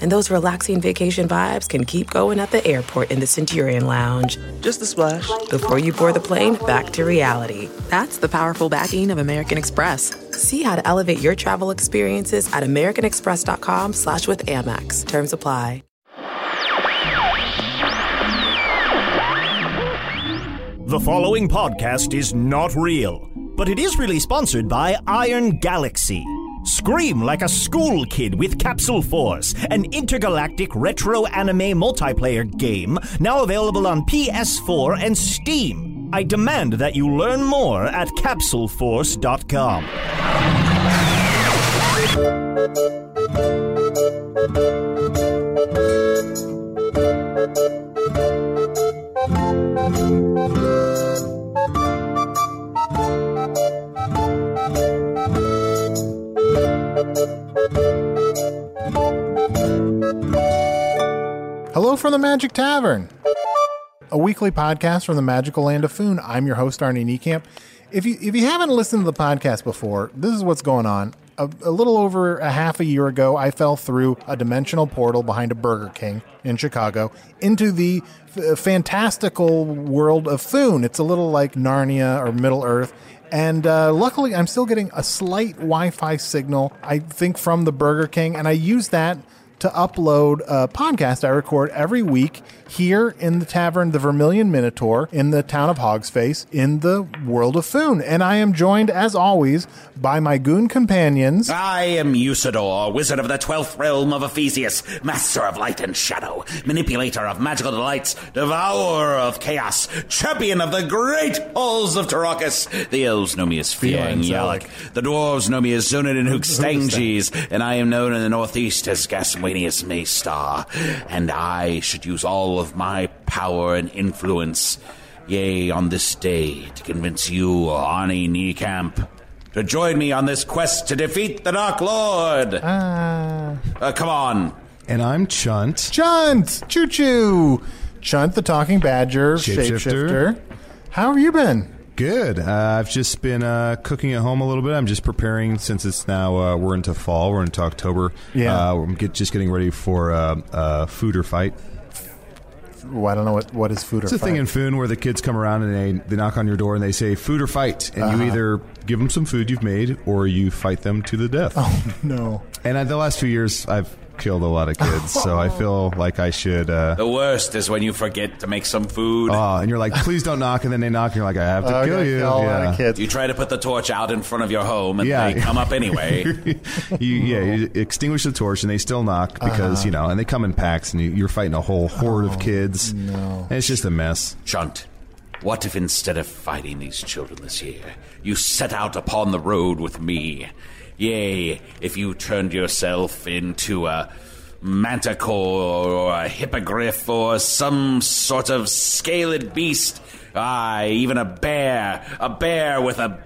And those relaxing vacation vibes can keep going at the airport in the Centurion Lounge Just a splash. before you board the plane back to reality. That's the powerful backing of American Express. See how to elevate your travel experiences at americanexpress.com slash with Amex. Terms apply. The following podcast is not real, but it is really sponsored by Iron Galaxy. Scream like a school kid with Capsule Force, an intergalactic retro anime multiplayer game now available on PS4 and Steam. I demand that you learn more at capsuleforce.com. Hello from the Magic Tavern, a weekly podcast from the magical land of Foon. I'm your host Arnie Niekamp. If you if you haven't listened to the podcast before, this is what's going on. A, a little over a half a year ago, I fell through a dimensional portal behind a Burger King in Chicago into the f- uh, fantastical world of Foon. It's a little like Narnia or Middle Earth. And uh, luckily, I'm still getting a slight Wi Fi signal, I think, from the Burger King. And I use that to upload a podcast I record every week here in the tavern, the Vermilion Minotaur, in the town of Hogsface, in the world of Foon. And I am joined, as always, by my goon companions. I am Usador, wizard of the twelfth realm of Ephesius, master of light and shadow, manipulator of magical delights, devourer of chaos, champion of the great halls of Tarakas. The elves know me as Feeling Feeling Zalak. Yalak. The dwarves know me as Zonin and Hookstanges, and I am known in the northeast as Gaswanius Maystar. And I should use all of my power and influence, yea, on this day, to convince you, Arnie Niekamp, to join me on this quest to defeat the Dark Lord. Ah. Uh, come on. And I'm Chunt. Chunt, Choo Choo, Chunt the Talking Badger, Shapeshifter. Shapeshifter. How have you been? Good. Uh, I've just been uh, cooking at home a little bit. I'm just preparing since it's now uh, we're into fall. We're into October. Yeah. Uh, I'm get, just getting ready for uh, uh, food or fight. Well, I don't know what, what is food or It's a thing fun. in Foon where the kids come around and they, they knock on your door and they say food or fight, and you either give them some food you've made or you fight them to the death. No. And I, the last few years, I've killed a lot of kids, so I feel like I should. Uh, The worst is when you forget to make some food. oh, and you're like, please don't knock, and then they knock, and you're like, Oh, I have to Okay, kill you. all Yeah. out of kids. You try to put the torch out in front of your home, and Yeah. they come up anyway. you, yeah, you extinguish the torch and they still knock because you know, and they come in packs and you, you're fighting a whole horde of kids. Oh, No, and it's just a mess. Chunt, what if instead of fighting these children this year, you set out upon the road with me? Yea, if you turned yourself into a manticore or a hippogriff or some sort of scaled beast, aye, even a bear, a bear with a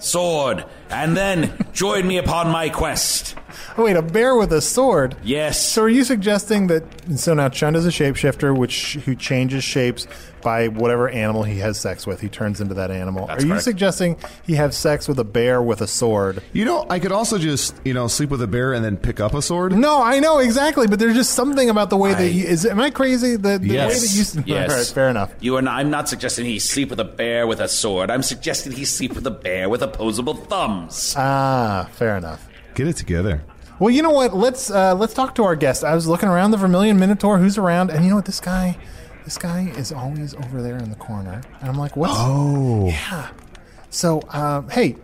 sword and then join me upon my quest. Oh, wait, a bear with a sword? Yes. So are you suggesting that so now Chunda's a shapeshifter which who changes shapes by whatever animal he has sex with. He turns into that animal. That's are you correct. suggesting he have sex with a bear with a sword? You know, I could also just you know sleep with a bear and then pick up a sword. No, I know exactly, but there's just something about the way that you is am I crazy? The, the Yes. way that you Yes. All right, fair enough. You and I'm not suggesting he sleep with a bear with a sword. I'm suggesting he sleep with a bear with opposable thumbs. Ah, fair enough. Get it together. Well, you know what? Let's uh, let's talk to our guest. I was looking around the Vermilion Minotaur. Who's around? And you know what? This guy, this guy is always over there in the corner. And I'm like, what? Oh, yeah. So, um, hey,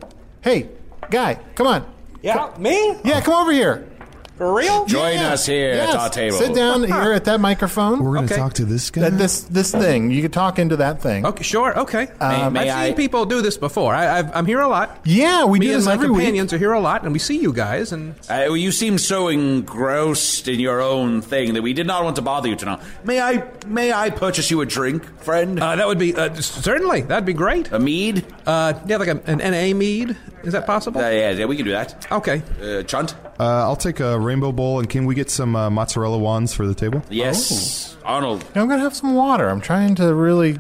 hey, guy, come on. Yeah, me? Yeah, come over here. For real? Join Yeah. us here Yes. at our table. Sit down here at that microphone. We're gonna Okay. talk to this guy. At this this thing. You could talk into that thing. Okay, sure. Okay. Um, may I've I- seen people do this before. I, I've, I'm here a lot. Yeah, we Me do and this my every week. companions are here a lot, and we see you guys. And Uh, you seem so engrossed in your own thing that we did not want to bother you tonight. May I? May I purchase you a drink, friend? uh, that would be uh, s- certainly that'd be great. a mead? Uh, yeah, like a, an NA mead. Is that possible? Uh, yeah, yeah, we can do that. Okay. Uh, Chunt? Uh, I'll take a rainbow bowl, and can we get some uh, mozzarella wands for the table? Yes. Arnold. I'm gonna have some water. I'm trying to really.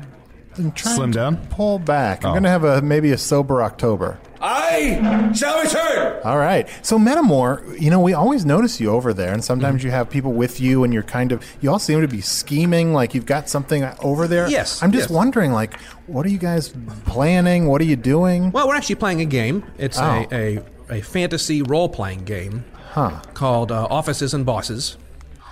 I'm trying Slim to down? Pull back. I'm Oh. gonna have a maybe a sober October. I shall return. All right. So Metamore, you know, we always notice you over there, and sometimes Mm-hmm. you have people with you, and you're kind of you all seem to be scheming, like you've got something over there. Yes, I'm just yes. wondering, like, what are you guys planning? What are you doing? Well, we're actually playing a game. It's Oh. a, a, a fantasy role playing game called uh, Offices and Bosses.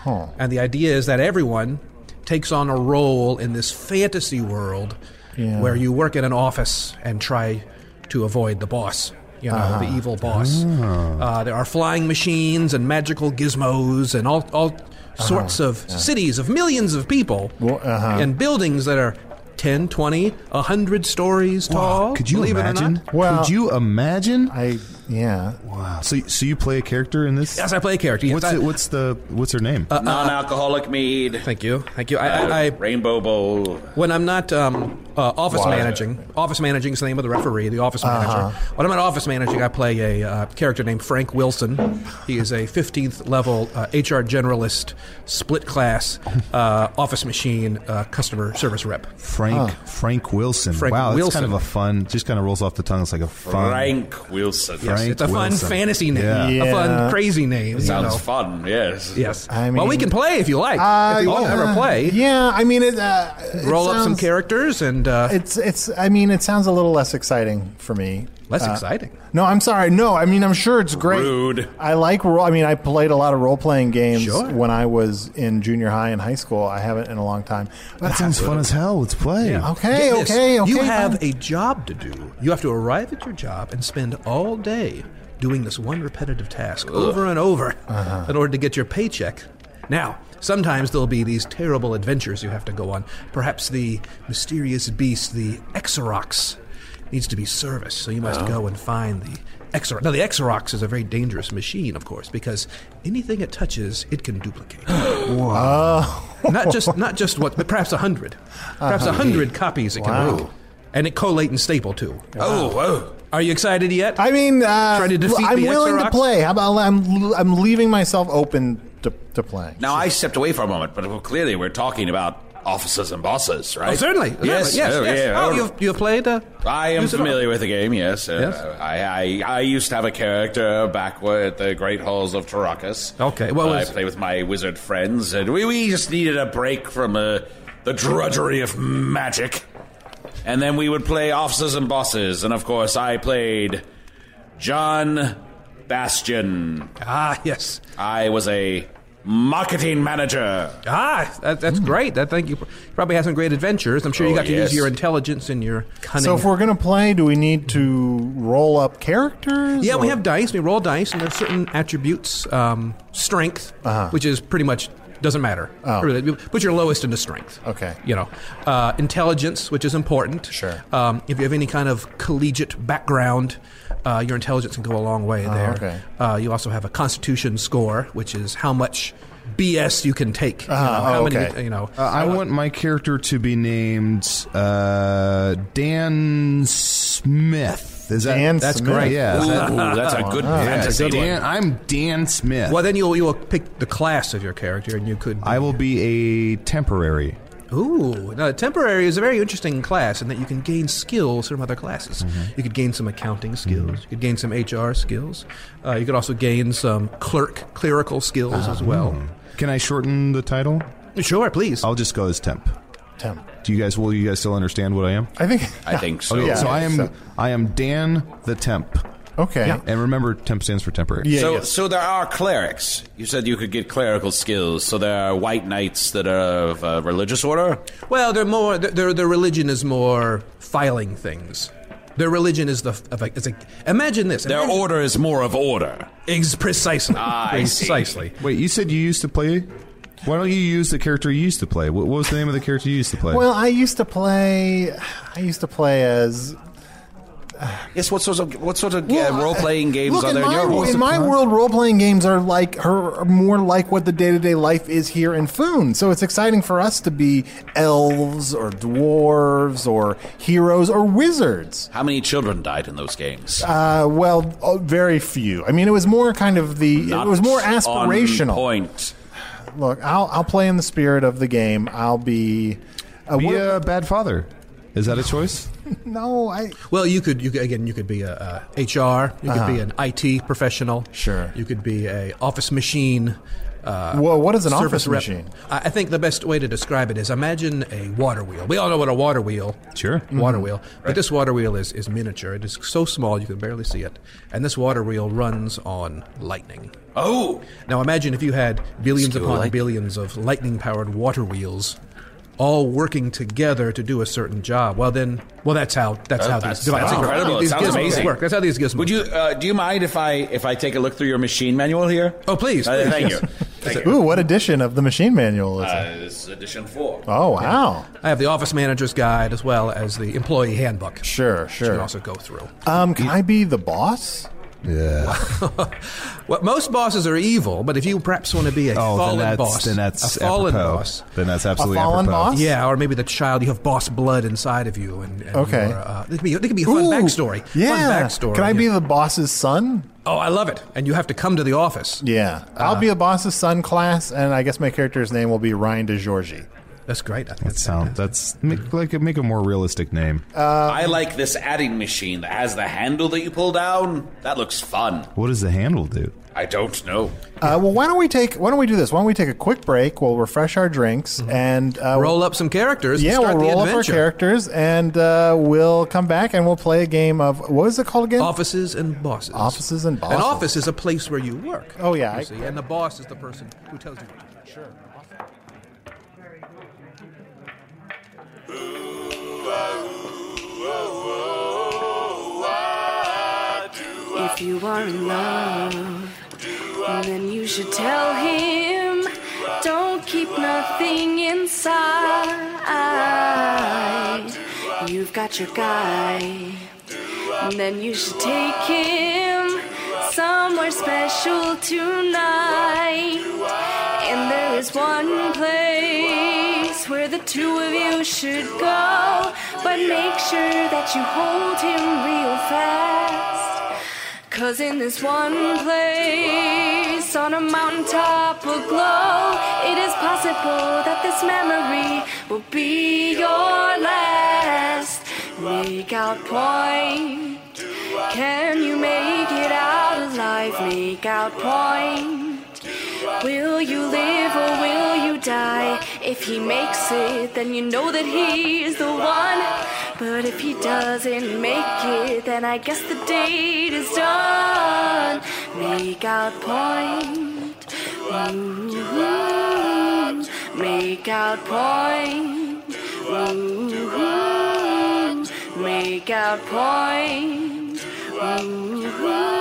And the idea is that everyone takes on a role in this fantasy world Yeah. where you work in an office and try to avoid the boss. You know, Uh-huh. the evil boss. Oh. Uh, there are flying machines and magical gizmos and all, all sorts of cities of millions of people Uh-huh. Well, uh-huh. and buildings that are 10, 20, 100 stories tall. Ah, Could you Oh, believe It or imagine? not. Well- could you imagine? I yeah. wow. So, so you play a character in this? Yes, I play a character. Yes, What's I- it, what's the what's her name? Non-alcoholic mead. Thank you, thank you. I, I, I Rainbow bowl. when I'm not um, uh, office Why? managing, office managing is the name of the referee, the office manager. When I'm not office managing, I play a uh, character named Frank Wilson. He is a 15th level uh, HR generalist, split class uh, office machine uh, customer service rep. Frank Ah. Frank Wilson. Frank wow, that's kind Wilson. of a fun. Just kind of rolls off the tongue. It's like a fun. Frank Wilson. Frank It's a fun Wilson. fantasy name, Yeah. a Yeah. fun crazy name. you Sounds know. fun. Yes. Yes. I well, we mean- can play if you like. if you want to Uh, yeah. ever play, Yeah, I mean, it, uh, it roll up some sounds- characters and uh, It's it's. I mean, it sounds a little less exciting for me. less Uh, exciting. No, I'm sorry. No, I mean I'm sure it's great. Rude. I like role. I mean, I played a lot of role playing games when I was in junior high and high school. I haven't in a long time. That sounds fun as hell. Let's play. Okay, Get this. okay, okay. You have fine. a job to do. You have to arrive at your job and spend all day doing this one repetitive task over and over Uh-huh. in order to get your paycheck. Now, sometimes there'll be these terrible adventures you have to go on. Perhaps the mysterious beast, the Exorox, needs to be serviced, so you must go and find the Exorox. Now, the Exorox is a very dangerous machine, of course, because anything it touches, it can duplicate. not just not just what, but perhaps a hundred, perhaps a hundred copies it can make, and it collate and staple too. Uh, Oh, whoa. Are you excited yet? I mean, uh, Trying to defeat I'm the willing to Xerox? play. How about I'm I'm leaving myself open to, to playing. Now I stepped away for a moment, but well, clearly we're talking about officers and bosses, oh, right? certainly. Yes. certainly, yes, oh, yes. yeah, Oh, oh. you've you've played. Uh, I am Use it all. familiar with the game. Yes. Uh, Yes. I, I I used to have a character back wa- at the Great Halls of Tarakas. Okay, what Uh, I was- play with my wizard friends, and we we just needed a break from uh, the drudgery of magic, and then we would play officers and bosses, and of course I played John Bastion. ah, yes. I was a marketing manager. Ah, that, that's great. That thank you. Probably had some great adventures. I'm sure you Hmm. Oh, got to yes. use your intelligence and your cunning. so if we're gonna play, do we need to roll up characters? yeah, we or- have dice. We roll dice, and there's certain attributes. Um, strength, Uh-huh. which is pretty much doesn't matter. Really, you put your lowest into strength. Oh. Okay. You know, uh, intelligence, which is important. Sure. Um, if you have any kind of collegiate background, uh, your intelligence can go a long way there. Oh, okay. Uh, you also have a constitution score, which is how much BS you can take. You know, how many- Uh-huh. Oh, okay. you know, Uh, I want my character to be named uh, Dan Smith. Is that Dan that's Smith. great? Yeah, Ooh, Is that- that's a good that's fantasy. a good one. Dan, I'm Dan Smith. well, then you'll you'll pick the class of your character, and you could. I will be a temporary. Ooh, now, temporary is a very interesting class in that you can gain skills from other classes. You could gain some accounting skills. You could gain some HR skills. Uh, you could also gain some clerk clerical skills as well. Can I shorten the title? Sure, please. Ah, I'll just go as temp. Temp. Do you guys? Will you guys still understand what I am? I think. I think so. Okay, Yeah. so I am. so- I am Dan the temp. Okay. And remember, temp stands for temporary. Yeah, So, yes. so there are clerics. You said you could get clerical skills. So there are white knights that are of uh, religious order. well, they're more. Their their- their religion is more filing things. Their religion is the of a, it's a, imagine this. Their Imagine- order is more of order. Ex- precisely. Ah, I see. precisely. Wait, you said you used to play. Why don't you use the character you used to play? What, what was the name of the character you used to play? Well, I used to play. I used to play as. Yes. What sort of what sort of Well, uh, role playing games Look, are in there in, my, your world? in my world, role playing games are like her are more like what the day to day life is here in Foon. So it's exciting for us to be elves or dwarves or heroes or wizards. How many children died in those games? Uh, well, oh, very few. I mean, it was more kind of the. Not it was more on aspirational. point. Look, I'll I'll play in the spirit of the game. I'll be. Uh, be what- a bad father. Is that a choice? no, I. Well, you could, you could again, you could be a, uh HR, you could be an IT professional, Sure. You could be a office machine. Uh, Whoa, what is an service office rep. machine? I I think the best way to describe it is imagine a water wheel. We all know what a water wheel. Sure. water Mm-hmm. wheel. But this water wheel is is miniature. It is so small you can barely see it, and this water wheel runs on lightning. Oh, Now imagine if you had billions School upon light- billions of lightning powered water wheels all working together to do a certain job. Well then well that's how that's how that's- these devices that's work. incredible. These It sounds gizmos amazing. work. That's how these gizmos would you? Uh, do you mind if I if I take a look through your machine manual here? Oh, please, Uh, please, thank yes. you. Thank you. Ooh, what edition of the machine manual is it? Uh, this is edition four. Oh wow. I have the office manager's guide as well as the employee handbook. Sure, Which you sure. can also go through. Um, can I be the boss? Yeah. Well, most bosses are evil, but if you perhaps want to be a Oh, fallen then that's boss, then that's a fallen apropos. boss, Then that's absolutely fallen apropos. boss? Yeah, or maybe the child you have boss blood inside of you, and, and Okay. you're, uh, it could be it could be a fun Ooh, backstory. Yeah. fun backstory. Can I be Yeah. the boss's son? Oh, I love it. And you have to come to the office. Yeah. I'll be a boss's son class, and I guess my character's name will be Ryan DeGiorgi. That's great. I think That that's sound. That's make, like make a more realistic name. Uh, I like this adding machine that has the handle that you pull down. That looks fun. what does the handle do? I don't know. Uh, well, why don't we take? Why don't we do this? Why don't we take a quick break? We'll refresh our drinks and uh, Mm-hmm. roll up some characters. Yeah, and start we'll the roll up our adventure. characters, and uh, we'll come back and we'll play a game of what was it called again? Offices and bosses. Offices and An bosses. office is a place where you work. Oh, yeah, you I- see, and the boss is the person who tells you. What to do. If you are in love, then you should tell him. Don't keep nothing inside. You've got your guy, and then you should take him somewhere special tonight. And there is one place where the two of you should go, but make sure that you hold him real fast. Cause in this one place, on a mountaintop aglow, it is possible that this memory will be your last. Make out point. Can you make it out alive? Make out point. Will you live or will you die? If he makes it, then you know that he's the one. But if he doesn't make it, then I guess the date is done. Make out point. Ooh, make out point. Ooh, make out point. Ooh.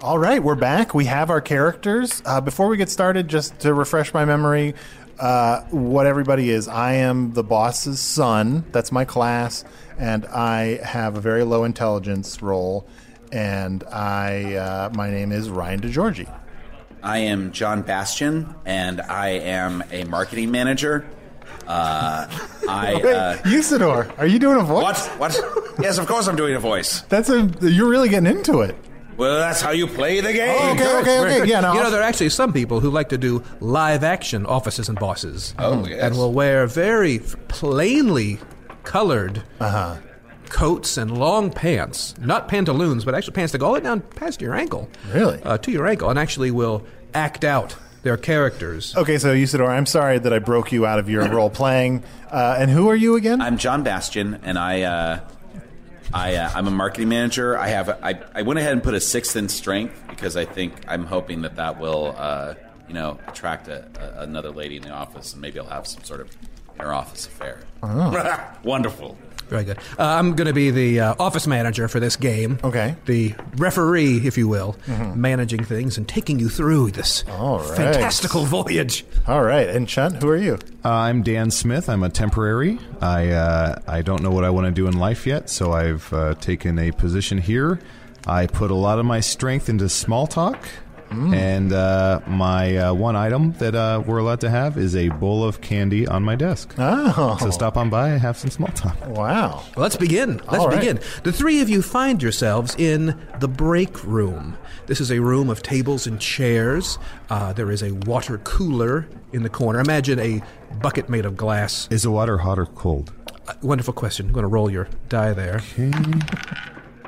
All right, we're back. We have our characters. Uh, before we get started, just to refresh my memory, uh, what everybody is I am the boss's son. That's my class. And I have a very low intelligence role. And I, uh, my name is Ryan DeGiorgi. I am John Bastion, and I am a marketing manager. Uh, I uh, Usador, are you doing a voice? what? What? Yes, of course I'm doing a voice. That's a you're really getting into it. Well, that's how you play the game. Oh, you know, there are actually some people who like to do live action offices and bosses. Oh, yes. And will wear very f- plainly colored coats and long pants. Not pantaloons, but actually pants that go all the way down past your ankle. Really? Uh, to your ankle, and actually will act out their characters. Okay, so Usador, I'm sorry that I broke you out of your role playing. Uh, and who are you again? I'm John Bastion, and I, uh, I, uh, I'm a marketing manager. I have, I, I went ahead and put a sixth in strength because I think I'm hoping that that will, uh, you know, attract a, a, another lady in the office, and maybe I'll have some sort of inter-office affair. Oh. Wonderful. Very good. Uh, I'm going to be the uh, office manager for this game. Okay. The referee, if you will, managing things and taking you through this right. fantastical voyage. All right, and Chunt, who are you? Uh, I'm Dan Smith. I'm a temporary. I uh, I don't know what I want to do in life yet, so I've uh, taken a position here. I put a lot of my strength into small talk, Mm. and uh, my uh, one item that uh, we're allowed to have is a bowl of candy on my desk. Oh, so stop on by and have some small talk. Wow. Well, let's begin. Let's All right. begin. The three of you find yourselves in the break room. This is a room of tables and chairs. Uh, there is a water cooler in the corner. Imagine a bucket made of glass. Is the water hot or cold? Uh, wonderful question. I'm going to roll your die there.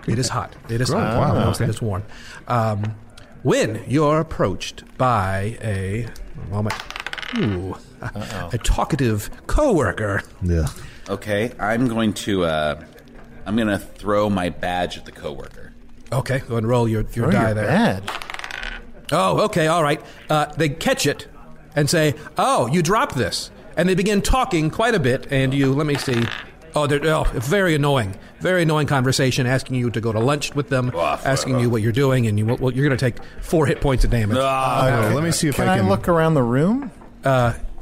It is hot. It is Great. hot. Wow, Wow, okay. It's warm. Um, when you're approached by a one moment, ooh, a, a talkative coworker. Yeah. Okay, I'm going to, uh, I'm going to throw my badge at the coworker. Okay, go ahead and roll your, your die you're there. bad. Oh, okay, all right. Uh, they catch it and say, "Oh, you dropped this," and they begin talking quite a bit. And you, let me see. Oh, they're oh, very annoying, very annoying conversation, asking you to go to lunch with them, Oh, asking you what you're doing, and you well, you're going to take four hit points of damage. Ah. Uh, let me see if Can I I can look around the room?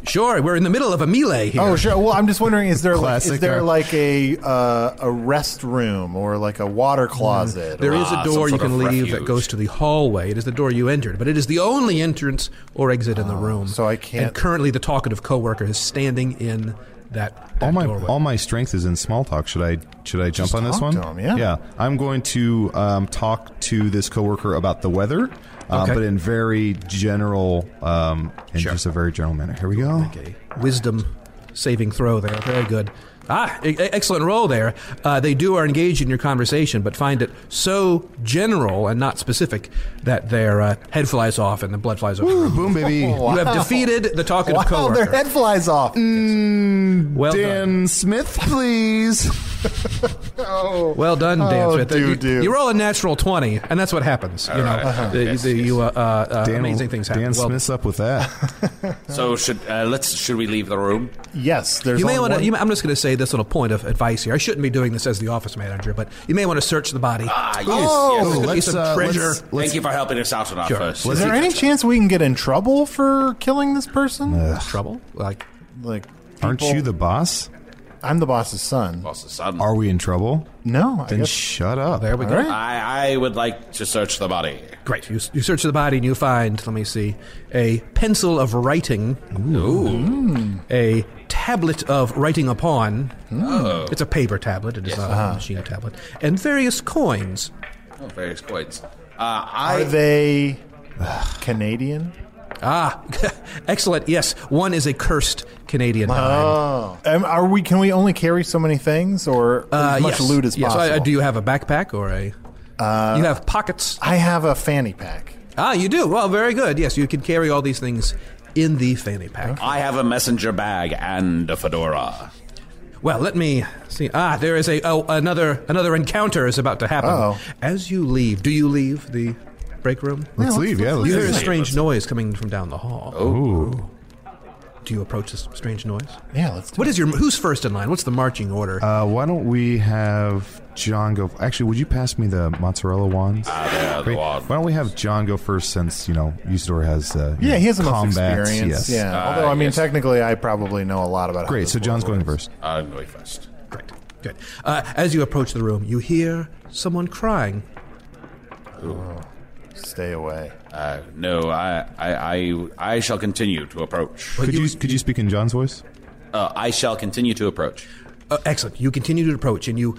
Sure, we're in the middle of a melee here. Oh, sure. Well, I'm just wondering is there like, is Classic, there uh, like a uh, a rest room or like a Mm. water closet? There or- is a door Ah, some you sort can of leave that refuge. goes to the hallway. It is the door you entered, but it is the only entrance or exit in the room. Oh, so I can't- And currently, the talkative coworker is standing in that, that Oh, all my doorway. all my strength is in small talk. Should I should I jump on this talk one? to him, yeah. I'm going to um, talk to this coworker about the weather, um, Okay. but in very general, um, in Sure. just a very general manner. Here we go. a wisdom saving throw there. Very good. Ah, e- e- excellent roll there. Uh, they do are engaged in your conversation, but find it so general and not specific that their uh, head flies off and the blood flies over. Ooh, boom, baby. You have defeated the talkative Wow, their coworker. head flies off. well Dan done. Mm, Smith, please. Well done, Dan Oh, Smith. do, you, do. you roll a natural twenty, and that's what happens. you know, The- the- you, uh, uh, uh, Dan, amazing things happen. Dan Well Smith's up with that. So should uh, let's should we leave the room? Yes, there's. You may only want one- to. I'm just going to say this on a point of advice here. I shouldn't be doing this as the office manager, but you may want to search the body. Ah, yes, Oh, yes. It's a let's, piece of uh, treasure. let's- Thank you for helping us out on our Sure. first. Is there any chance we can get in trouble for killing this person? trouble. Like Like, aren't people- you the boss? I'm the boss's son. Boss's son. Are we in trouble? No. then shut up. There we I, I would like to search the body. Great. You, you search the body and you find, let me see, a pencil of writing. Mm. A tablet of writing upon. Oh. It's a paper tablet. It is Yes. not Ah. a machine tablet. And various coins. Oh, various coins. Uh, I Are they Canadian? Ah, excellent. Yes. One is a cursed Canadian dime. Oh, um, are we? Can we only carry so many things, or as much Uh, yes. loot as Yes. possible? Uh, Uh, do you have a backpack or a. you have pockets. I have a fanny pack. Ah, you do. Well, very good. Yes, you can carry all these things in the fanny pack. I have a messenger bag and a fedora. Well, let me see. Ah, there is a oh another another encounter is about to happen. Uh-oh. As you leave, do you leave the break room? Let's Yeah, leave, let's- yeah, let's you hear a leave. strange noise coming from down the hall. Oh. Ooh. Do you approach this strange noise? Yeah, let's. What is your who's first in line? What's the marching order? Uh, why don't we have John go? Actually, would you pass me the mozzarella wands? Ah, Great. Why don't we have John go first, since you know Usador has uh, you Yeah, know, he has the most combats, experience. Yes. Uh, Yeah. Although I mean, technically, I probably know a lot about. Great. So John's going first. I'm going first. Great, good. Uh, as you approach the room, you hear someone crying. Stay away. Uh, no, I, I, I, I shall continue to approach. Could you could you speak in John's voice? Uh, I shall continue to approach. Uh, excellent. You continue to approach, and you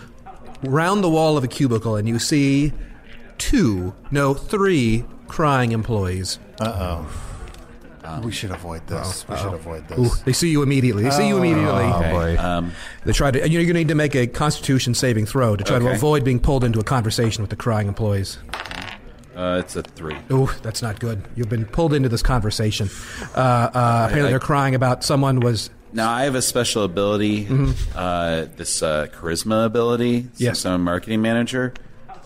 round the wall of a cubicle, and you see two, no, three crying employees. Uh oh. we should avoid this. we should avoid this. Ooh, they see you immediately. They see you Oh. immediately. Oh, boy. Um, they try to. and You're going to need to make a Constitution saving throw to try to Okay. avoid being pulled into a conversation with the crying employees. Uh, it's a three. Ooh, that's not good. You've been pulled into this conversation. Uh, uh, apparently, I- they're crying about someone was. Now I have a special ability, uh, this uh, charisma ability. Since Mm-hmm. Yes. I'm a marketing manager.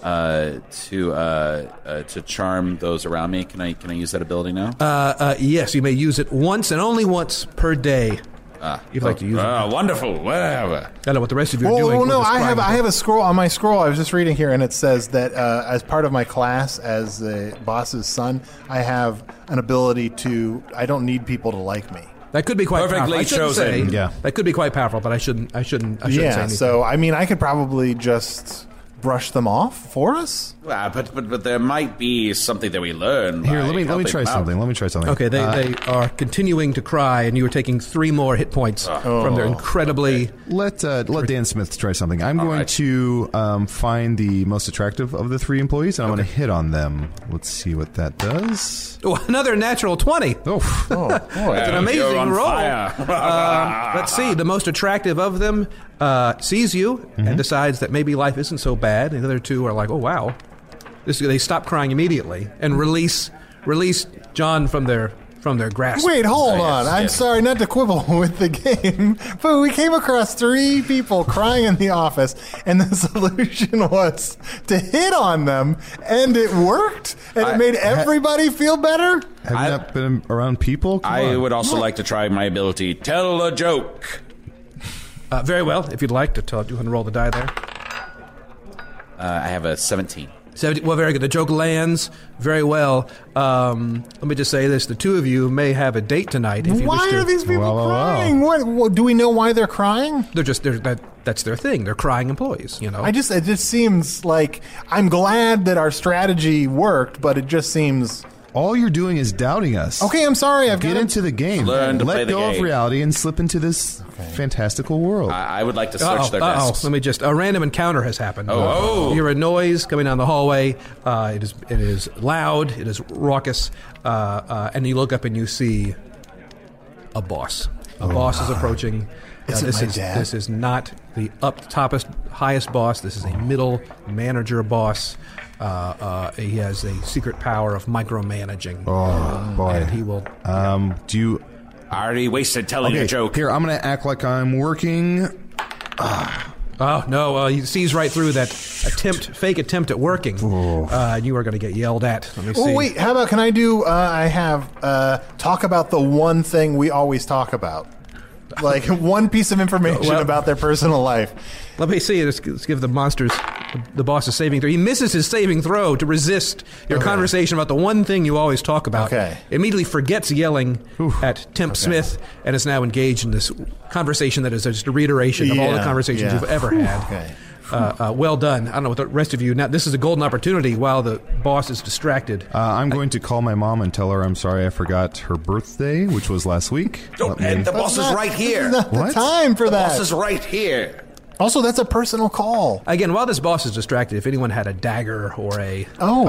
Uh, to uh, uh, to charm those around me. Can I can I use that ability now? Uh, uh, yes, you may use it once and only once per day. Ah, You'd like to use it. Ah, wonderful. Whatever. I don't know what the rest of you are doing. Oh with no, this I crying have I employee. have a scroll on my scroll. I was just reading here, and it says that uh, as part of my class as the boss's son, I have an ability to. I don't need people to like me. That could be quite Perfectly powerful. I shouldn't chosen. Say, Yeah. That could be quite powerful, but I shouldn't. I shouldn't. I shouldn't say yeah, anything. so I mean, I could probably just brush them off for us. Ah, but, but but there might be something that we learn. Here, by let me let me helping try them out. something. Let me try something. Okay, they, Uh, they are continuing to cry, and you are taking three more hit points Oh. from their incredibly. Let uh, let Dan Smith try something. I'm going to um, find the most attractive of the three employees, and I'm going to hit on them. Let's see what that does. Oh, another natural 20. Oh, That's an You're amazing on roll. fire. Um, let's see. The most attractive of them uh, sees you Mm-hmm. and decides that maybe life isn't so bad. And the other two are like, oh, wow. This, they stop crying immediately and release release John from their from their grasp. Wait, hold on. I'm yes. sorry not to quibble with the game, but we came across three people crying in the office, and the solution was to hit on them, and it worked, and it made everybody feel better. Have you not been around people? Come I on. would also like to try my ability. Tell a joke. Uh, very well. If you'd like to tell, you can roll the die there. Uh, I have a 17. 70, well, very good. The joke lands very well. Um, let me just say this: the two of you may have a date tonight. If you Why wish to. are these people crying? What, what do we know why they're crying? They're just they're, that that's their thing. They're crying employees. You know. I just it just seems like I'm glad that our strategy worked, but it just seems All you're doing is doubting us. okay. I'm sorry. I've Get got into the game. Learn to Let play the go of game. reality and slip into this fantastical world. I, I would like to search Uh-oh, their uh-oh. desks. Let me just. A random encounter has happened. Oh. You hear a noise coming down the hallway. Uh, it is it is loud. It is raucous. Uh, uh, and you look up and you see a boss. A boss is approaching. Oh, Is it this my is dad? this is not the up toppest highest boss. This is a middle manager boss. Uh, uh, he has a secret power of micromanaging. oh boy. And he will. um, do you? I already wasted telling Okay. a joke. Here, I'm going to act like I'm working. Uh, Oh no! Uh, he sees right through that attempt, fake attempt at working. Uh, and you are going to get yelled at. Let me see. Oh wait, how about can I do? Uh, I have uh, talk about the one thing we always talk about, like one piece of information Well- about their personal life. Let me see. Let's, let's give the monsters The, the boss is saving throw. He misses his saving throw to resist your conversation about the one thing you always talk about. Okay. Immediately forgets yelling at Temp Smith and is now engaged in this conversation that is just a reiteration of all the Yeah, conversations yeah. you've ever had. Okay. Uh, uh, well done. I don't know what the rest of you. Now this is a golden opportunity while the boss is distracted. Uh, I'm going to call my mom and tell her I'm sorry I forgot her birthday, which was last week. Let me- And the boss is right here. Not the time for The that. boss is right here. Also, that's a personal call. Again, while this boss is distracted, if anyone had a dagger or a oh,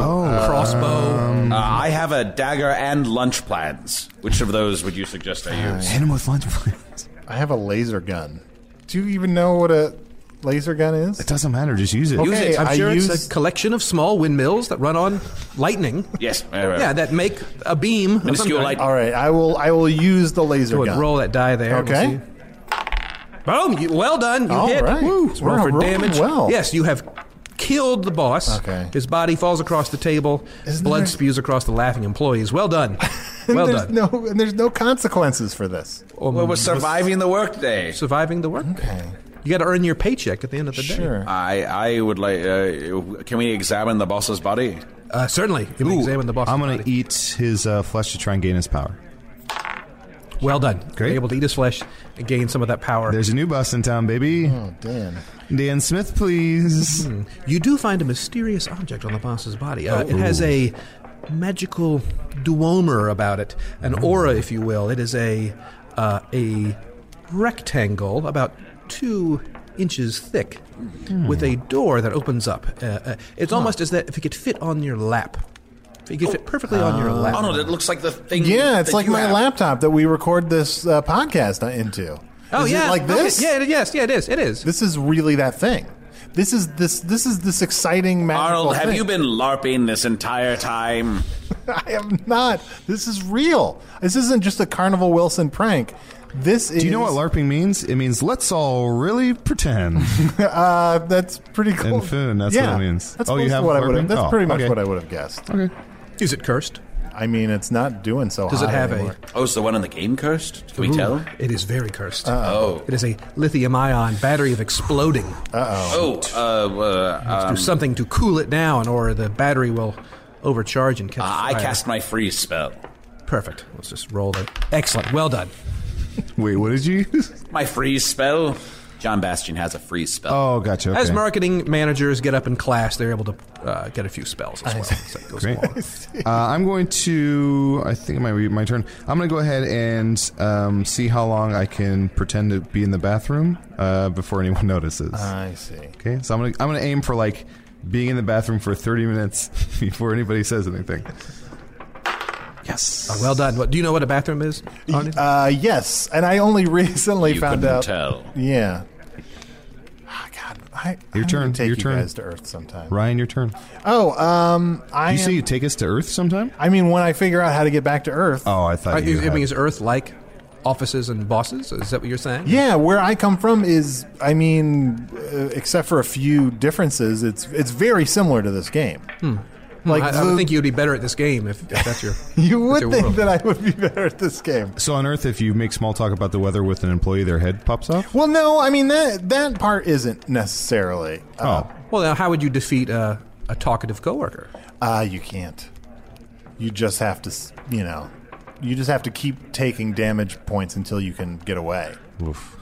crossbow, Um, Uh, I have a dagger and lunch plans. Which of those would you suggest I use? him with lunch plans. I have a laser gun. Do you even know what a laser gun is? It doesn't matter. Just use it. Okay, Use it. I'm I sure it's a used- collection of small windmills that run on lightning. Yes. uh, Yeah, that make a beam. of some kind. All right, I will. I will use the laser Go ahead, gun. roll that die there. We'll Okay. see. Boom! You, well done. You All hit. right. Woo. Let's roll We're for rolling damage. well. Yes, you have killed the boss. Okay. His body falls across the table. Isn't Blood there- spews across the laughing employees. Well done. And Well there's done. Oh. no and there's no consequences for this. um, Well, was surviving the workday. Surviving the work. You got to earn your paycheck at the end of the day. Sure. I I would like. Uh, can we examine the boss's body? Uh, certainly. You can examine the boss. I'm going to eat his uh, flesh to try and gain his power. Well done. Great. Able to eat his flesh and gain some of that power. There's a new boss in town, baby. Oh, Dan. Dan Smith, please. You do find a mysterious object on the boss's body. Uh, it has a magical duomer about it, an aura, if you will. It is a uh, a rectangle about two inches thick, with a door that opens up. Uh, uh, it's almost as that if it could fit on your lap. If it could fit perfectly on your lap. Oh no, that looks like the thing. Yeah, it's that like you my have. laptop that we record this uh, podcast into. Oh, Is it yeah, like okay. this. Yeah, it- yes, yeah, it is. It is. This is really that thing. This is this this is this exciting magical Arnold, have thing. you been larping this entire time? I am not. This is real. This isn't just a Carnival Wilson prank. This is. Do you know what LARPing means? It means let's all really pretend. uh, that's pretty cool. And foon, that's yeah, what it means. That's Oh, you close to have what I would have. LARPing? That's Oh, pretty much okay. what I would have guessed. Okay. Is it cursed? I mean, it's not doing so. Does it hot have a- anymore. Oh, is the one in the game cursed? Can we Ooh, tell? It is very cursed. Oh. It is a lithium ion battery of exploding. Oh. Uh, uh, do something to cool it down, or the battery will overcharge and catch uh, I fire. cast my freeze spell. Perfect. Let's just roll it. Excellent. Well done. Wait, what did you use? My freeze spell. John Bastion has a freeze spell. Oh, gotcha. Okay. As marketing managers get up in class, they're able to uh, get a few spells as well. So it goes Great. along. Uh, I'm going to. I think it might be my turn. I'm going to go ahead and um, see how long I can pretend to be in the bathroom uh, before anyone notices. I see. okay, so I'm going to I'm going to aim for like being in the bathroom for 30 minutes before anybody says anything. Yes. Uh, well done. What, do you know what a bathroom is? Arnie? Uh, yes, and I only recently you found couldn't out. tell. Yeah. Ah, God, I, Your I turn, Need to take your you turn. guys to Earth sometime. Ryan, your turn. Oh, um, I Do you am- say you take us to Earth sometime? I mean, when I figure out how to get back to Earth. Oh, I thought Right, you. is- I had- mean, is Earth like offices and bosses? Is that what you're saying? Yeah, where I come from is, I mean, uh, except for a few differences, it's it's very similar to this game. Like I, I would the- think you'd be better at this game if, if that's your. you that's would your think world. that I would be better at this game. so on Earth, if you make small talk about the weather with an employee, their head pops off. Well, no, I mean that that part isn't necessarily. Uh, Oh, Well, now, how would you defeat a, a talkative coworker? uh, you can't. You just have to, s- you know, you just have to keep taking damage points until you can get away. Oof.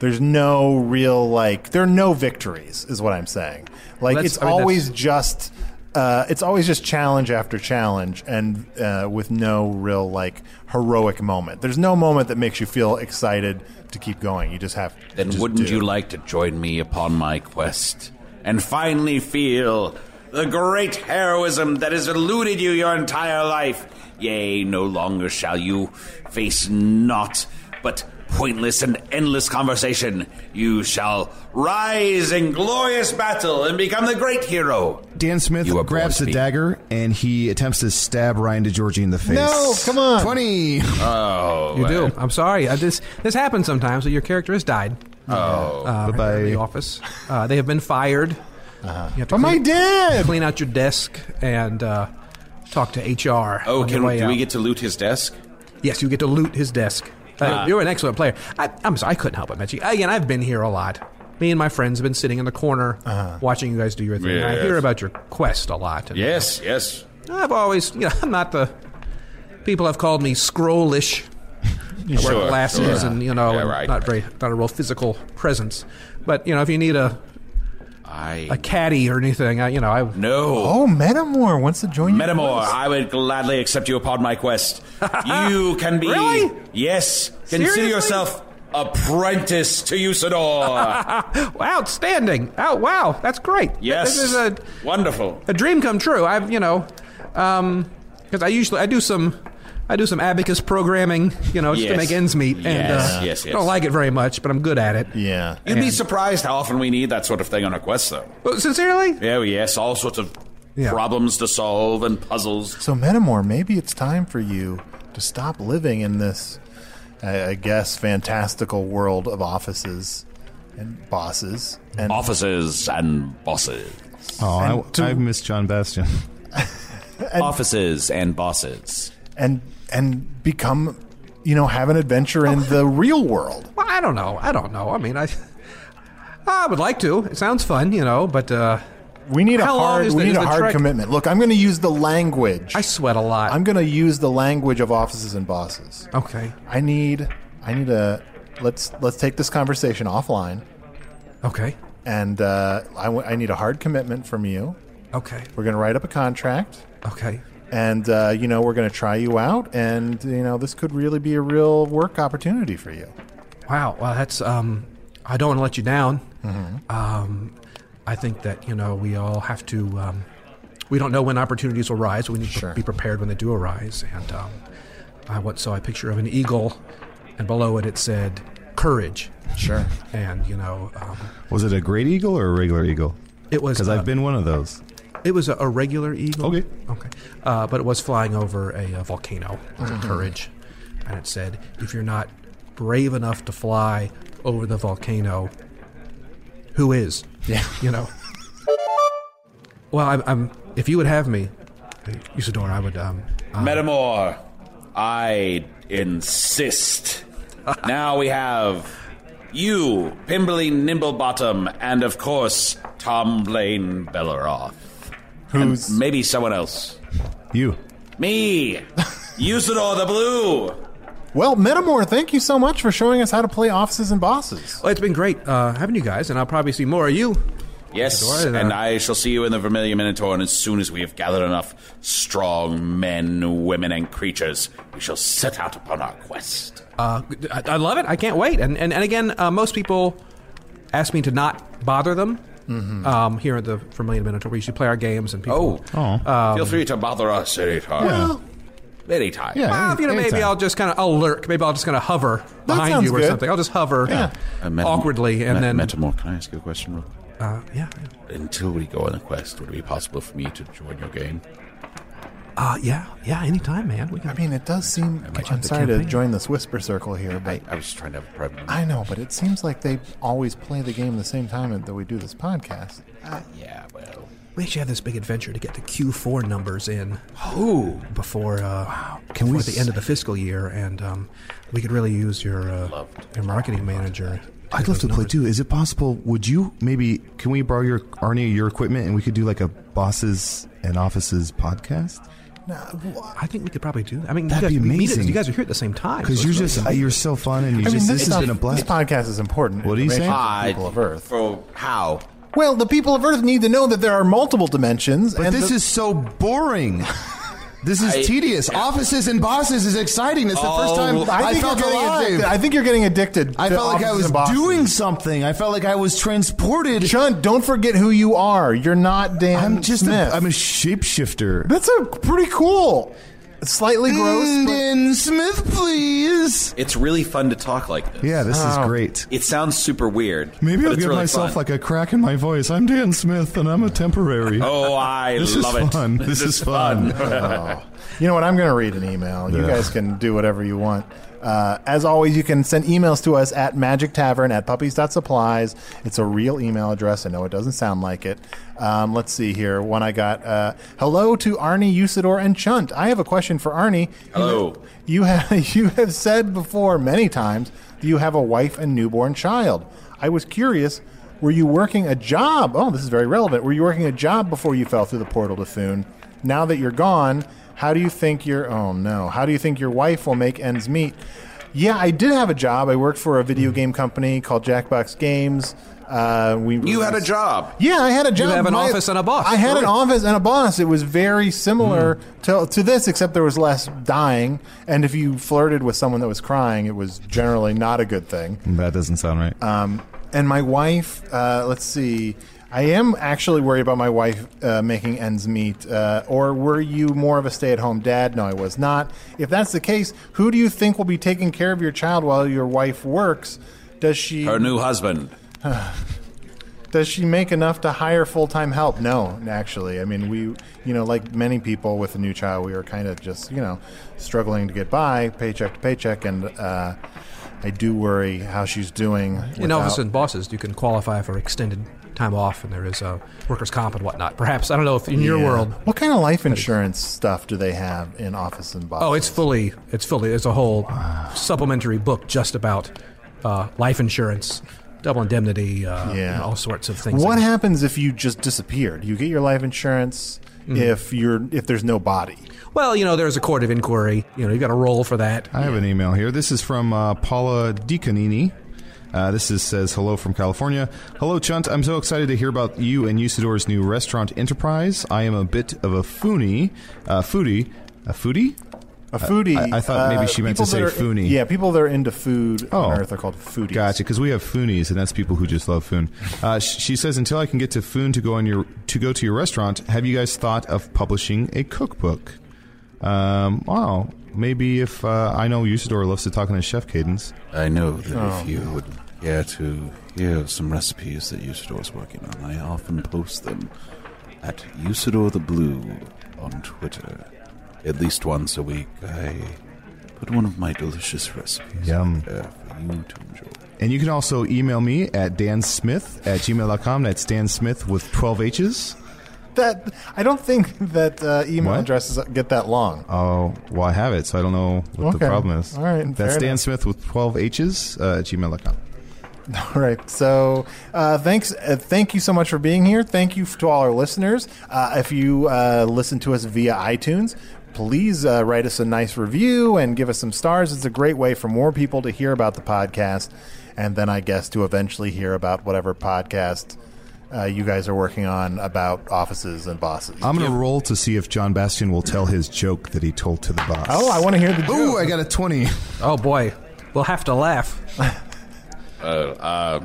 There's no real like there are no victories is what I'm saying. Like That's- it's I mean, that's- always just uh, it's always just challenge after challenge and uh, with no real like heroic moment. There's no moment that makes you feel excited to keep going. You just have Then just wouldn't do. you like to join me upon my quest and finally feel the great heroism that has eluded you your entire life? Yea, no longer shall you face naught but pointless and endless conversation. You shall rise in glorious battle and become the great hero. Dan Smith You are grabs born the speak. dagger and he attempts to stab Ryan DeGiorgi in the face. No, come on. 20. Oh, You do. I'm sorry. I, this this happens sometimes. That your character has died. Oh, uh, Bye-bye. in the office. Uh, they have been fired. Uh-huh. You have to But my clean, dad. clean out your desk and uh, talk to HR. Oh, on can your way we, do we out. get to loot his desk? Yes, you get to Uh-huh. loot his desk. Uh, you're an excellent player. I, I'm sorry, I couldn't help but mention. Again, I've uh, been here a lot. me and my friends have been sitting in the corner watching you guys do your thing. And I Uh-huh. Yes. hear about your quest a lot. And Yes, yes. I've always, you know, I'm not the people have called me scrollish. I wear Sure, glasses sure. and you know, Yeah, and right, not very, not a real physical presence. But you know, if you need a, a caddy or anything, I, you know, I no. Oh, Metamore wants to join you. Metamore, I would gladly accept you upon my quest. you can be. Really? Yes. Consider Seriously? yourself apprentice to Usador. Outstanding! Oh wow, that's great. yes. this is a Wonderful. a dream come true. I've you know, because I usually I do some I do some abacus programming, you know, just to Yes. make ends meet, and Yes, uh, yes, yes. I don't like it very much, but I'm good at it. Yeah, You'd be surprised how often we need that sort of thing on a quest, though. sincerely, Yeah, yes, all sorts of Yeah. problems to solve and puzzles. So, Metamore, maybe it's time for you to stop living in this, I, I guess, fantastical world of offices and bosses and Offices and bosses. Oh, I, And to- I've missed John Bastion. Offices and bosses. and and become, you know, have an adventure in the real world. Well, I don't know. I don't know. I mean, I I would like to. It sounds fun, you know, but uh, we need a hard, we need a hard trek? commitment. Look, I'm going to use the language. I sweat a lot. I'm going to use the language of offices and bosses. Okay. I need, I need a. Let's let's take this conversation offline. Okay. And uh, I, w- I need a hard commitment from you. Okay. We're going to write up a contract. Okay. And uh, you know we're going to try you out, and you know this could really be a real work opportunity for you. Wow. Well, that's um, I don't want to let you down. Mm-hmm. Um, I think that you know we all have to. Um, we don't know when opportunities will rise. we need to be prepared when they do arise. And um, I once saw a picture of an eagle, and below it it said courage. Sure. And you know, um, Was it a great eagle or a regular eagle? It was, because uh, I've been one of those. it was a, a regular eagle. Okay. Okay. Uh, but it was flying over a, uh volcano. It was a Mhm. courage, and it said, "If you're not brave enough to fly over the volcano, who is?" Yeah. You know. Well, I'm, I'm. If you would have me, Usador, I would. Um, Metamore, I insist. now we have you, Pimberly Nimblebottom, and of course, Tom Blaine Belleroth. Who's. maybe someone else. You. Me, Usador the Blue. Well, Metamore, thank you so much for showing us how to play offices and bosses. well, it's been great uh, having you guys, and I'll probably see more of you. Yes, Usador, uh, and I shall see you in the Vermilion Minotaur, and as soon as we have gathered enough strong men, women, and creatures, we shall set out upon our quest. Uh, I, I love it. I can't wait. And and, and again, uh, most people ask me to not bother them. Mm-hmm. Um, here at the Vermilion Minotaur, we usually play our games and Oh. people. um, Feel free to bother us anytime. Well- anytime. well, "Ah, you know, maybe I'll just kind of I'll lurk. Maybe I'll just kind of hover behind you sounds or good. something. I'll just hover Uh, Metam- awkwardly, and Me- then Metamore, can I ask you a question? Real quick? uh, yeah, Until we go on a quest, would it be possible for me to join your game? uh, yeah, yeah. Anytime, man. We I mean, it does seem. I'm sorry to join this whisper circle here, but I was just trying to have a private. I know, but it seems like they always play the game the same time that we do this podcast. yeah, well. We actually have this big adventure to get the Q4 numbers in. Oh, before uh, Can we the end of the fiscal year, and um, we could really use your uh, your marketing manager. I'd love to play too. Is it possible? Would you maybe? Can we borrow your Arnie your equipment and we could do like a bosses and offices podcast? I think we could probably do that. I mean, you That'd guys, be we meet at- amazing. you guys are here at the same time. Because so you're it's really just uh, convenient. you're so fun and you I mean, just this, it's stuff, been a this blast. podcast is important. What do you say? Information for the people of Earth. For how? Well, the people of Earth need to know that there are multiple dimensions. But and this the- is so boring. This is I- tedious. Offices and bosses is exciting. It's the first time I, think felt you're getting alive. addicted. I think you're getting addicted. I to felt like I offices was and bosses. doing something. I felt like I was transported. Chunt, don't forget who you are. You're not Dan I'm just a, Smith. I'm a shapeshifter. That's a pretty cool, slightly gross. but- Dan Smith, please. It's really fun to talk like this. Yeah, this is great. It sounds super weird. Maybe but I'll it's give really myself fun. like a crack in my voice. I'm Dan Smith, and I'm a temporary. Oh, I this love is it. fun. This, is fun. Oh. You know what? I'm going to read an email. You Ugh. guys can do whatever you want. Uh, as always, you can send emails to us at magic tavern at puppies.supplies. It's a real email address. I know it doesn't sound like it. Um, let's see here. One I got uh, Hello to Arnie, Usador, and Chunt. I have a question for Arnie. Hello. You have, you have said before many times that you have a wife and newborn child. I was curious Were you working a job? Oh, this is very relevant. Were you working a job before you fell through the portal to Thune? Now that you're gone, how do you think your oh no? How do you think your wife will make ends meet? Yeah, I did have a job. I worked for a video game company called Jackbox Games. Uh, we You had a job. Yeah, I had a You job. have an office and a boss. Hmm. I had an Right. office and a boss. It was very similar to to this, except there was less dying. And if you flirted with someone that was crying, it was generally not a good thing. That doesn't sound right. Um, and my wife, uh, let's see. I am actually worried about my wife uh, making ends meet. Uh, or were you more of a stay at home dad? No, I was not. If that's the case, who do you think will be taking care of your child while your wife works? Does she. Her new husband. Does she make enough to hire full time help? No, actually. I mean, we, you know, like many people with a new child, we were kind of just, you know, struggling to get by, paycheck to paycheck. And uh, I do worry how she's doing. In without- office and bosses, you can qualify for extended time off, and there is uh, workers' comp and whatnot. Perhaps I don't know if in your Yeah. world. What kind of life insurance stuff do they have in office and boss? Oh, it's fully, it's fully, it's a whole supplementary book just about uh, life insurance, double indemnity, uh, and all sorts of things. what like happens if you just disappeared? You get your life insurance Mhm. if you're if there's no body. Well, you know, there's a court of inquiry. You know, you got a role for that. I have an email here. This is from uh, Paula DiCanini. Uh, this is, says hello from California. Hello, Chunt. I'm so excited to hear about you and Usador's new restaurant enterprise. I am a bit of a foonie, uh, foodie, a foodie, a foodie. I, I thought maybe Uh, she meant people to say that are- foonie. Yeah, people that are into food Oh. on Earth are called foodies. Gotcha, because we have foonies, and that's people who just love foon. Uh, sh- she says, "Until I can get to foon to go on your to go to your restaurant, have you guys thought of publishing a cookbook?" Um, wow, maybe if uh, I know Usador loves to talk on his chef cadence. I know that if you would care to hear some recipes that Usador's working on, I often post them at Usador the Blue on Twitter. At least once a week, I put one of my delicious recipes Yum. there for you to enjoy. And you can also email me at dansmith at gmail.com. That's Dan Smith with 12 H's. That I don't think that uh, email What? addresses get that long. Oh, well, I have it, so I don't know what Okay. the problem is. All right, That's fair Dan enough. Smith with 12 H's uh, at gmail.com. All right. So uh, thanks. Uh, thank you so much for being here. Thank you to all our listeners. Uh, if you uh, listen to us via iTunes, please uh, write us a nice review and give us some stars. It's a great way for more people to hear about the podcast, and then I guess to eventually hear about whatever podcast uh, you guys are working on about offices and bosses. I'm going to roll to see if John Bastion will tell his joke that he told to the boss. Oh, I want to hear the. Ooh, I got a 20. Oh, boy. We'll have to laugh. Uh, uh,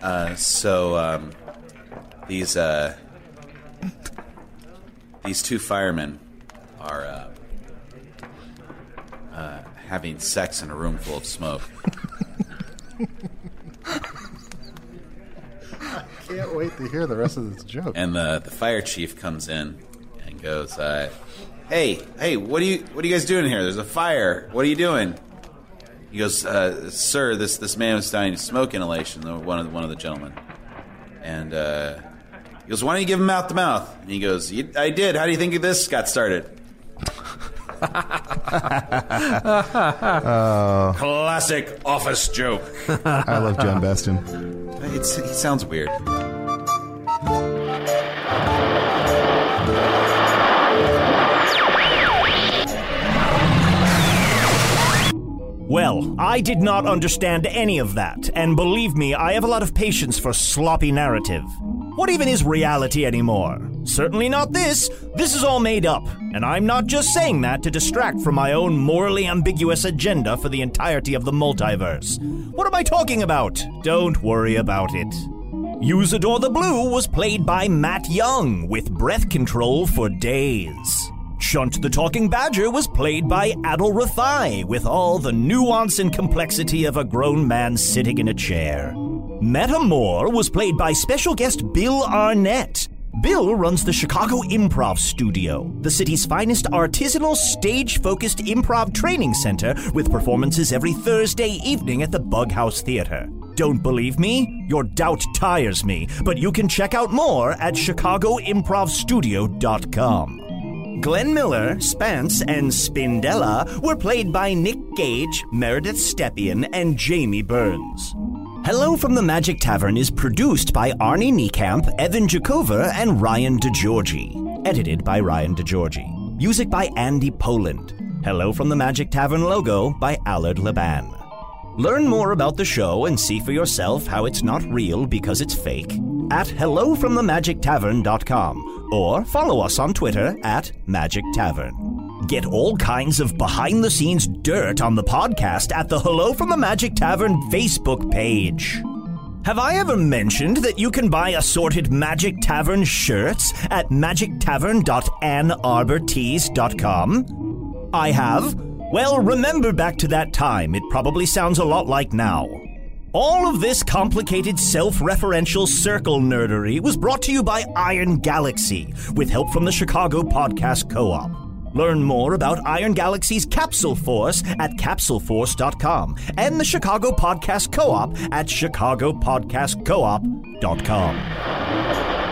uh, so um, these uh, these two firemen are uh, uh, having sex in a room full of smoke. Can't wait to hear the rest of this joke. And the, the fire chief comes in and goes, uh, "Hey, hey, what are you what are you guys doing here? There's a fire. What are you doing?" He goes, uh, "Sir, this this man was dying of smoke inhalation." the- One of the, one of the gentlemen, and uh, he goes, "Why don't you give him mouth to mouth?" And he goes, "You- "I did. How do you think this got started?" Uh, Classic office joke. I love John Bastion. It's, it sounds weird. Well, I did not understand any of that, and believe me, I have a lot of patience for sloppy narrative. What even is reality anymore? Certainly not this. This is all made up, and I'm not just saying that to distract from my own morally ambiguous agenda for the entirety of the multiverse. What am I talking about? Don't worry about it. Usador the Blue was played by Matt Young with breath control for days. Chunt the Talking Badger was played by Adol Rathai with all the nuance and complexity of a grown man sitting in a chair. Meta Moore was played by special guest Bill Arnett. Bill runs the Chicago Improv Studio, the city's finest artisanal stage focused improv training center with performances every Thursday evening at the Bughouse Theater. Don't believe me? Your doubt tires me, but you can check out more at chicagoimprovstudio.com. Glenn Miller, Spence, and Spindella were played by Nick Gage, Meredith Stepien, and Jamie Burns. Hello from the Magic Tavern is produced by Arnie Niekamp, Evan Jakova, and Ryan DeGiorgi. Edited by Ryan DeGiorgi. Music by Andy Poland. Hello from the Magic Tavern logo by Allard Leban. Learn more about the show and see for yourself how it's not real because it's fake at hellofromthemagictavern.com or follow us on Twitter at Magic Tavern. Get all kinds of behind the scenes dirt on the podcast at the Hello from the Magic Tavern Facebook page. Have I ever mentioned that you can buy assorted Magic Tavern shirts at magictavern.annarbortees.com? I have. Well, remember back to that time. It probably sounds a lot like now. All of this complicated self referential circle nerdery was brought to you by Iron Galaxy with help from the Chicago Podcast Co op. Learn more about Iron Galaxy's Capsule Force at capsuleforce.com and the Chicago Podcast Co op at chicagopodcastcoop.com.